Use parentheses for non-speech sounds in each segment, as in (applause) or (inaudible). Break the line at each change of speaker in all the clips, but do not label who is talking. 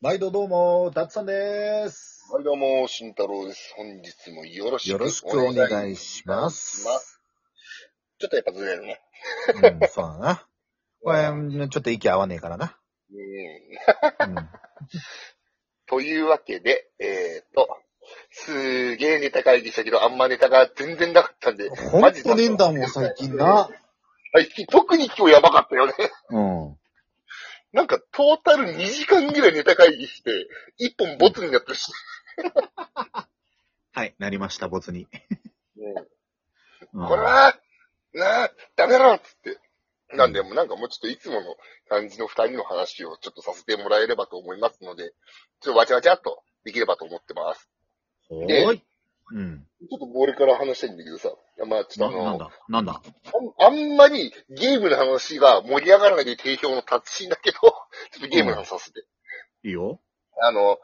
毎度どうも、たつさんです。
はい、どうも、慎太郎です。本日もよろしく
よ
お願
ろ
い
し
し
くお
ます。
願いします。
ちょっとやっぱずれるね。
うん、 (laughs) そうだな。これ、
うん
ちょっと息合わねえからな。うん。
というわけで、えーと、すげえネタ会議したけど、あんまネタが全然なかったんで、
ほんとねえんだもん、最近な。
最近特に今日やばかったよね。
うん。
なんか、トータル2時間ぐらいネタ会議して、1本ボツになったし。
はい、なりました、ボツに。うん
これは、なあ、ダメだろっつって。なんで、もうなんかもうちょっといつもの感じの二人の話をちょっとさせてもらえればと思いますので、ちょっとわちゃわちゃっとできればと思ってます。
ほーい。うん。
ちょっと俺から話したいんだけどさ、まあち
な
ょっとあ
なん
の、
だ、なんだ。
あんあんまりゲームの話が盛り上がらないで定評の達人だけど、ち (laughs) ょっとゲームの話させて。
いいよ。
あの、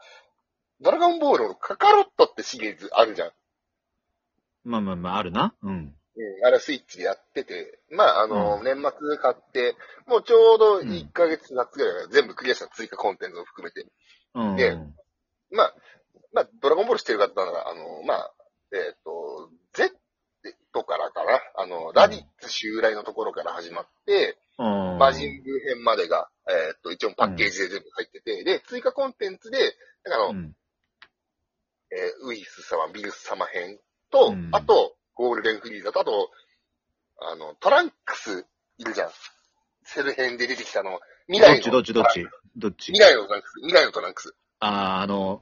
ドラゴンボールのカカロットってシリーズあるじゃん。
まあまあまあ、あるな。うん。
うん、あれはスイッチでやってて、まあ、あの、
う
年末買って、もうちょうど
うん
1ヶ月夏ぐらいから全部クリアした追加コンテンツを含めて。
うん。
ねまあ、まあ、ドラゴンボールしてる方なら、あの、まあ、えっ、と、Z からかな、あの、ラディッツ襲来のところから始まって、
うん。
魔人ブー編までが、えっ、と、一応パッケージで全部入ってて、で、追加コンテンツで、だからあの、
うん。
えーウイス様、ビルス様編と、
うん
あと、ゴールデンフリーザと、あと、あの、トランクスいるじゃん。セル編で出てきたの。未
どっ
来
ち
の。
どっちどっちどっち
未来のトランクス。未来のトランクス。
あー、あの、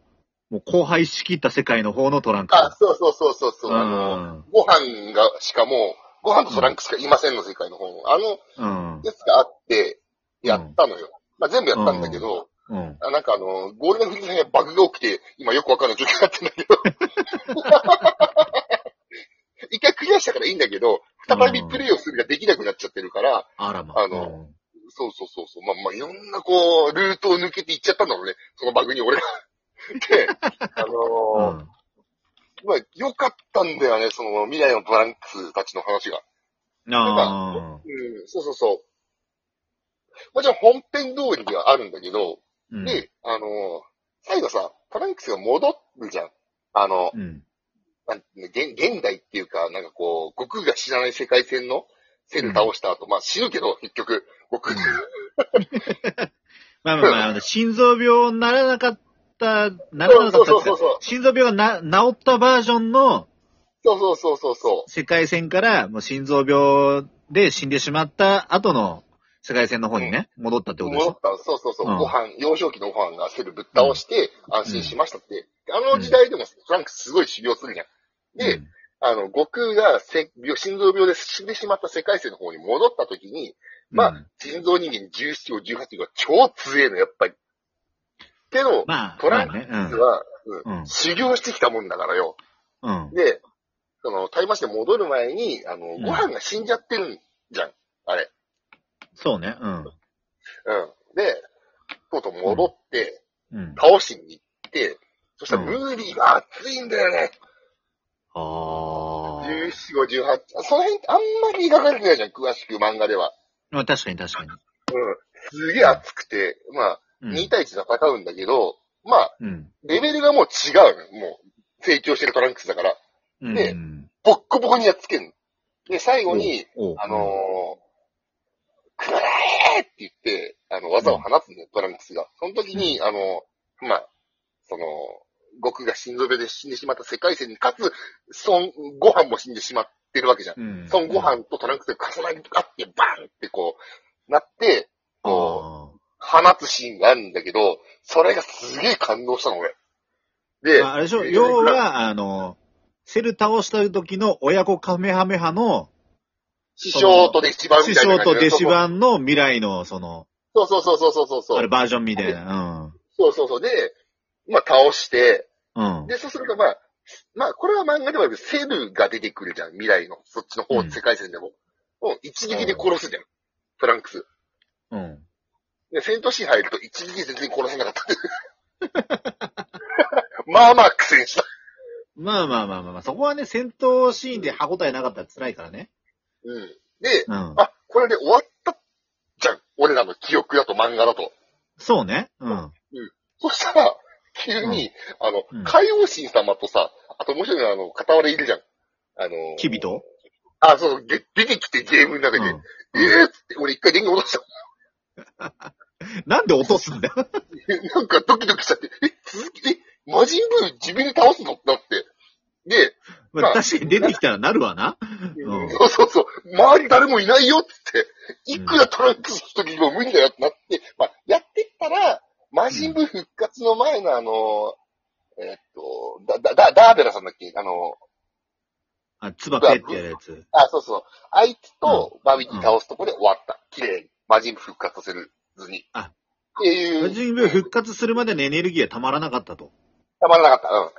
もう荒廃しきった世界の方のトランク。
あ、そうそうそうそうそう。
うん
あの、ご飯が、しかも、ご飯とトランクスしかいませんの世界の方の。あの、
うん。
やつがあって、やったのよ。まあ、全部やったんだけど、
うん。
あなんかあの、ゴールデンフリーザ編はバグが起きて、今よくわかんない状況になってんだけど。 (laughs) 一回クリアしたからいいんだけど、再びプレイをするができなくなっちゃってるから、
あらま。
あのそうそうそうそう、まあまあいろんなこう、ルートを抜けていっちゃったんだろうね、そのバグに俺が。 (laughs) で、あ
う
のー
ん、うん。
まあ良かったんだよね、その未来のトランクスたちの話が。
ああ。
うん、そうそうそう。もちろん本編通りではあるんだけど、
うん
で、あのー最後さ、トランクスが戻るじゃん。あの、
うん。
なんていうの現現代っていうか、なんかこう、悟空が知らない世界線のセル倒した後、まあ死ぬけど、結局、悟空。
まあまあまああの、心臓病にならなかった、ならなかった
そう
っ
そ
ていうか
うそう。
心臓病がな、治ったバージョンの
そうそうそうそうそ
世界線から、もう心臓病で死んでしまった後の世界線の方にね、戻ったって
う。
ことでし
戻っ
ょ
た。そうそうそう。
うん
ご飯、幼少期のご飯がセルぶっ倒して、安心しましたって。あの時代でもトランクスすごい修行するじゃん。で、
うん
あの、悟空がせ病心臓病で死んでしまった世界線の方に戻った時に、まあ
うん
人造人間17号、18号が超強えの、やっぱり。けど、
まあ、
トラン
まあね、
実は、
うん。うん。
修行してきたもんだからよ。
うん。
で、その、タイマシで戻る前に、あの、
ん
ご飯が死んじゃってるんじゃん。あれ。
そうね、うん。
うん。で、とうとう戻って、
うん。
倒しに行って、そしたら
うん
ムーリーが熱いんだよね。
ああ。
17、5、18。その辺あんまり描かれてないじゃん、詳しく漫画では。
まあ確かに確かに。
うん。すげえ熱くて、まあ、
うん。
2対1で戦うんだけど、まあ、
うん。
レベルがもう違うのよもう、成長してるトランクスだから、
うん。
でボッコボコにやっつけんの。で、最後に、
おう
あのー、くらえって言って、あの、技を放つんだよ、トランクスが。その時に、あの、まあ、その、悟空が心臓病で死んでしまった世界線に、かつ、孫悟飯も死んでしまってるわけじゃん。
うん。
孫悟飯とトランクスが重なり合って、バーンってこう、なって、こ
あ
う、放つシーンがあるんだけど、それがすげえ感動したの、俺。
ー
で、
まああれでしょ、
えー
要は、あの、セル倒した時の親子カメハメハの、
師匠と弟子版
師
みたいな
匠と
感じ
弟子
で。
版の未来の、その、
そうそうそうそうそうそ
あ
う
れ。バージョンみたいな。
そうそうそう。で、まあ倒して、
うん。うん。
で、そうするとまあ、まあ、これは漫画でもあるけどセルが出てくるじゃん、未来の。そっちの方、
うん
世界線でも。もう一撃で殺すじゃん、トランクス。
うん。
で、戦闘シーン入ると一撃で全然殺せなかった。
(laughs)
まあまあ苦戦した。
まあまあまあまあまあ、そこはね、戦闘シーンで歯応えなかったら辛いからね。
うん。で、
うん。
あ、これで終わったじゃん、俺らの記憶だと漫画だと。
そうね。うん。
そしたら、急に、あの
うん、
海王神様とさ、あともう一人のあの、片割れいるじゃん。あの、
キビと
あ、そうそう、で出てきてゲームの中で、
うん
えーっつって、俺一回電源落とし
なんで落とすんだよ。
た。 (laughs) なんかドキドキしちゃって、え、続き、え、魔人ブー自分で倒すのってなって。で、
(laughs) まあ確かに出てきたらなるわな。うん
そうそうそう、周り誰もいないよっつって、いくらトランクスの時も無理だよってなって、まあ、やってったら、マジンブ復活の前のあの、えっと、だ、だ、だ、ダーベラさんだっけあの、
あ、つばペってやるやつ。
あ、そうそう、あいつとバビキ倒すとこで終わった。綺麗に。マジンブ復活させるずに。
あ
ってい
魔
う、
人ブー復活するまでのエネルギーはたまらなかったと。
たまらなかった。うん。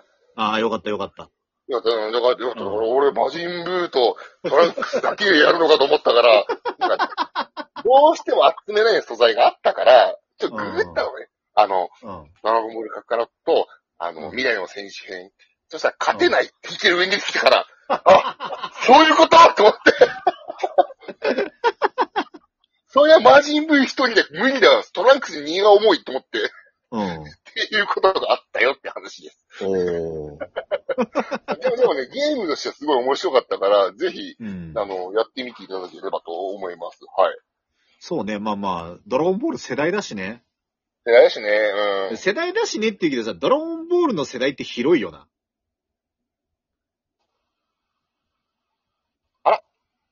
ああ、よかったよかった。
いや、だから、だからだから
うん
俺、マジンブーとトランクスだけやるのかと思った
(laughs)
から、なんかどうしても集めない素材があったから、ちょっとググったのね。あの、
うん。
ドラゴンボールカカラットと、あ
う
の、
ん
未来の戦士編。そしたら、勝てないって聞いてる上に出てきたから、あ、そういうことと思って。
(laughs)
そりゃマジンブー一人で無理だ。トランクスに荷が重いと思って、
(laughs) うん。
っていうことがあったよって話です。
おー。
でもでもね、ゲームとしてはすごい面白かったから、ぜひ、
うん。
あの、やってみていただければと思います。はい。
そうね、まあまあ、ドラゴンボール世代だしね。
世代だしね、うん。
世代だしねって言うけどさ、ドラゴンボールの世代って広いよな。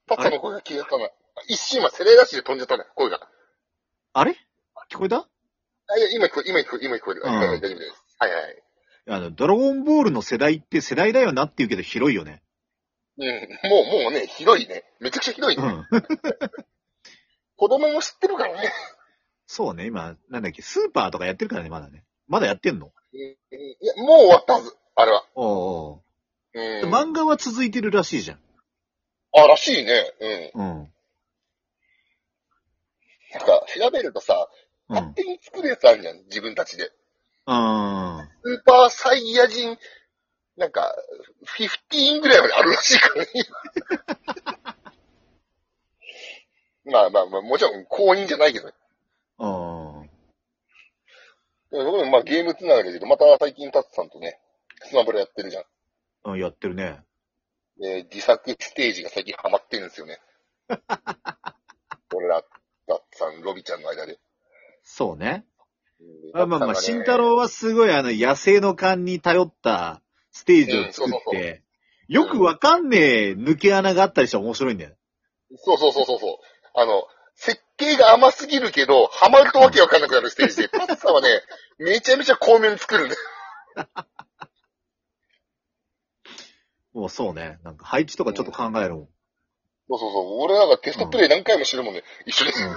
パッタの声が消えたな。一瞬今、世代だしで飛んじゃったね、声が。
あれ聞こえた
あ、いや、今聞こえ、今聞こえ、今聞こえる。
うん
大丈夫です。はいはい。
あの、ドラゴンボールの世代って世代だよなって言うけど広いよね。
うん。もう、もうね、広いね。めちゃくちゃ広いうね。
ん。
子供も知ってるからね。
そうね、今、なんだっけ、スーパーとかやってるからね、まだね。まだやってんの
うんいや、もう終わったはず。あれは。
おうおう
うん。
漫画は続いてるらしいじゃん。
あ、らしいね。うん。
うん。
なんか、調べるとさ、
う
勝
ん。
手に作るやつあるじゃん、自分たちで。
あ
スーパーサイヤ人、なんか、15ぐらいまであるらしいからね。 (laughs) まあまあまあ、もちろん公認じゃないけどね。
ーあー。
でも僕もまあゲームつながりだけど、また最近タツさんとね、スマブラやってるじゃん。
うん、やってるね。
で、自作ステージが最近ハマってるんで
(laughs)
すよね。俺ら、タツさん、ロビちゃんの間で。
そうね。
うん
まあまあまあ、
タツさ
慎
んがね
太郎はすごいあの、野生の勘に頼ったステージを作
うんそう
っ
そう
て、よくわかんねえ抜け穴があったりして面白いんだよ。
そうそうそうそうそう。あの、設計が甘すぎるけど、ハマるとわけわかんなくなるステージで、パッサは
(laughs)
ね、めちゃめちゃ巧妙に作るんだよ。
もうそうね。なんか配置とかちょっと考えるもん。うん。
そうそうそう。俺なんかテストプレイ何回もしてるもんね。一緒です。 (laughs)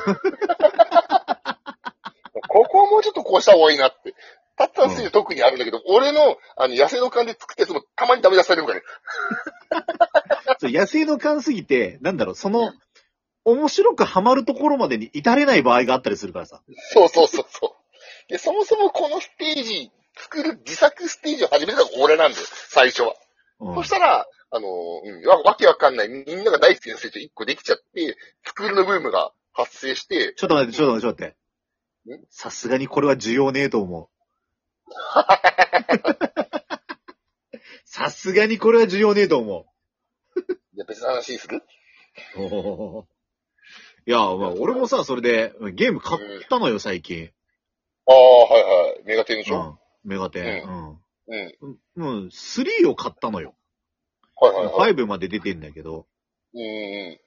ここはもうちょっとこうした方がいいなって。パッサのステージ特にあるんだけど、俺の、あの、野生の勘で作ったやつもたまにダメ出されるからね。
そう野生の勘すぎて、なんだろう、その、面白くハマるところまでに至れない場合があったりするからさ。
そうそうそうそう。で、そもそもこのステージ、作る自作ステージを始めたのが俺なんだよ、最初は。
うん。
そしたら、あの、うんわ、わけわかんない、みんなが大好きな成長一個できちゃって、スクールのブームが発生して、
ちょっと待って、ちょっと待って、ちょっと待って。さすがにこれは需要ねえと思う。 (laughs) さすがにこれは需要ねえと思
いや、別の話にする
う。 (laughs) いや、まあ、俺もさ、それでゲーム買ったのよ、最近。
ああ、はいはい。メガテンでし
う
ょ、
ん。メガテン。
うん、
うん。うん、3を買ったのよ。
はいはいはい。
5まで出てんだけど。
うん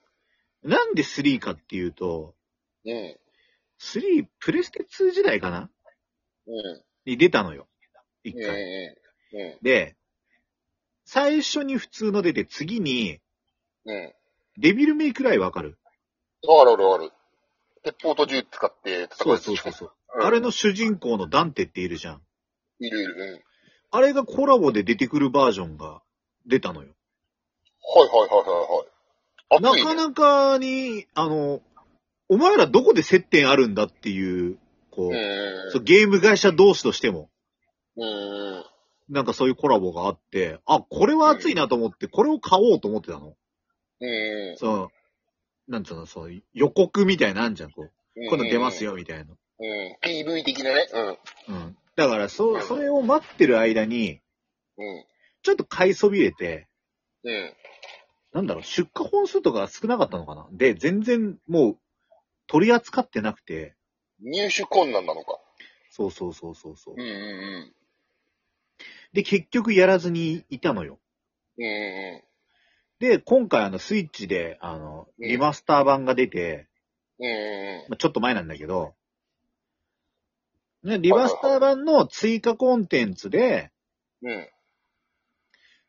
なんで3かっていうと、
うん。うん。
3、プレステ2時代かな
うん。
に出たのよ。一
うん。
回。
うん。うん
で、最初に普通の出て、次に、。
うん。
デビルメイクライわかる
あるあるある。鉄砲と銃使って戦うやつでしょ。
そう。
ん
あれの主人公のダンテっているじゃん。
いるいる。うん。はい
あれがコラボで出てくるバージョンが出たのよ。
はいはい
な
はいはい。熱い
か
ね。
なかに、あの、お前らどこで接点あるんだっていう、こ
う
う、
ん
そうゲーム会社同士としても、
うん。うん。
なんかそういうコラボがあって、あ、これは熱いなと思って、これを買おうと思ってたの。
う
そう、なんつうの、そう、予告みたいなんじゃん、こう。
ん。
今度出ます。よ、みたいな。
うん。PV 的なね。うん。
うん。だから、そう、それを待ってる間に、
うん。
ちょっと買いそびれて、
うん。
なんだろう、出荷本数とか少なかったのかなで、全然もう取り扱ってなくて、
入手困難なのか。
そうそうそうそうそう
うん。う
で、結局やらずにいたのよ。
んうん。うんう
で、今回あの、スイッチで、あの、
うん
リマスター版が出て、
ん。うんうん
まあ、ちょっと前なんだけど、ね、リマスター版の追加コンテンツで、
うん。うん。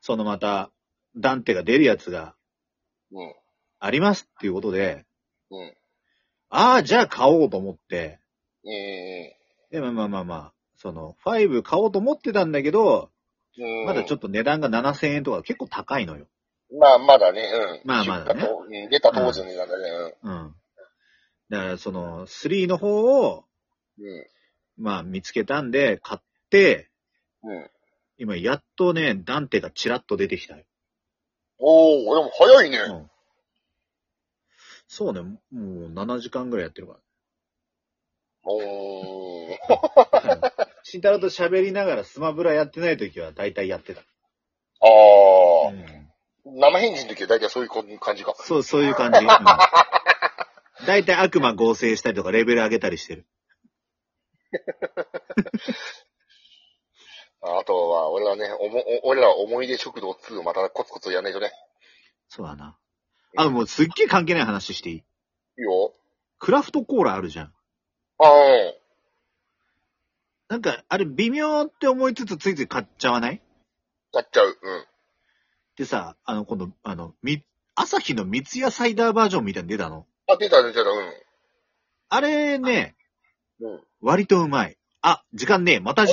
そのまた、ダンテが出るやつが
うん。
ありますっていうことで、
うん。
ああ、じゃあ買おうと思って、
うんう
で、まあまあまあまあ、その、5買おうと思ってたんだけど、
んうん。
まだちょっと値段が7000円とか結構高いのよ。
まあ、まだね、うん。
まあまだね
出荷とうん出た当時の値段だね、
うん。だから、その、3の方を、
うん。
まあ見つけたんで、買って、
うん。うん。
今やっとね、ダンテがチラッと出てきたよ。
おー、でも早いね。
うん。そうね、もう7時間ぐらいやってるか
おー。
ら。 (laughs) うん慎太郎と喋りながらスマブラやってない時は大体やってた。
あ
う
ー。
ん
生返事の時は大体そういう感じか。
そう、そういう感じ。うん大体悪魔合成したりとかレベル上げたりしてる。
あとは、俺はね、おも、お俺らは思い出食堂2をまたコツコツやんないとね。
そうだな。あ、もうすっげえ関係ない話していい
いいよ。
クラフトコーラあるじゃん。
あー。
なんか、あれ微妙って思いつつついつい買っちゃわない
買っちゃう。うん。
でさ、あの、今度、あの、み、朝日の三ツ矢サイダーバージョンみたいに出たの。
あ、出た出た、うん。
あれね、
うん。
割とうまい。あ、時間ねえ。また次回。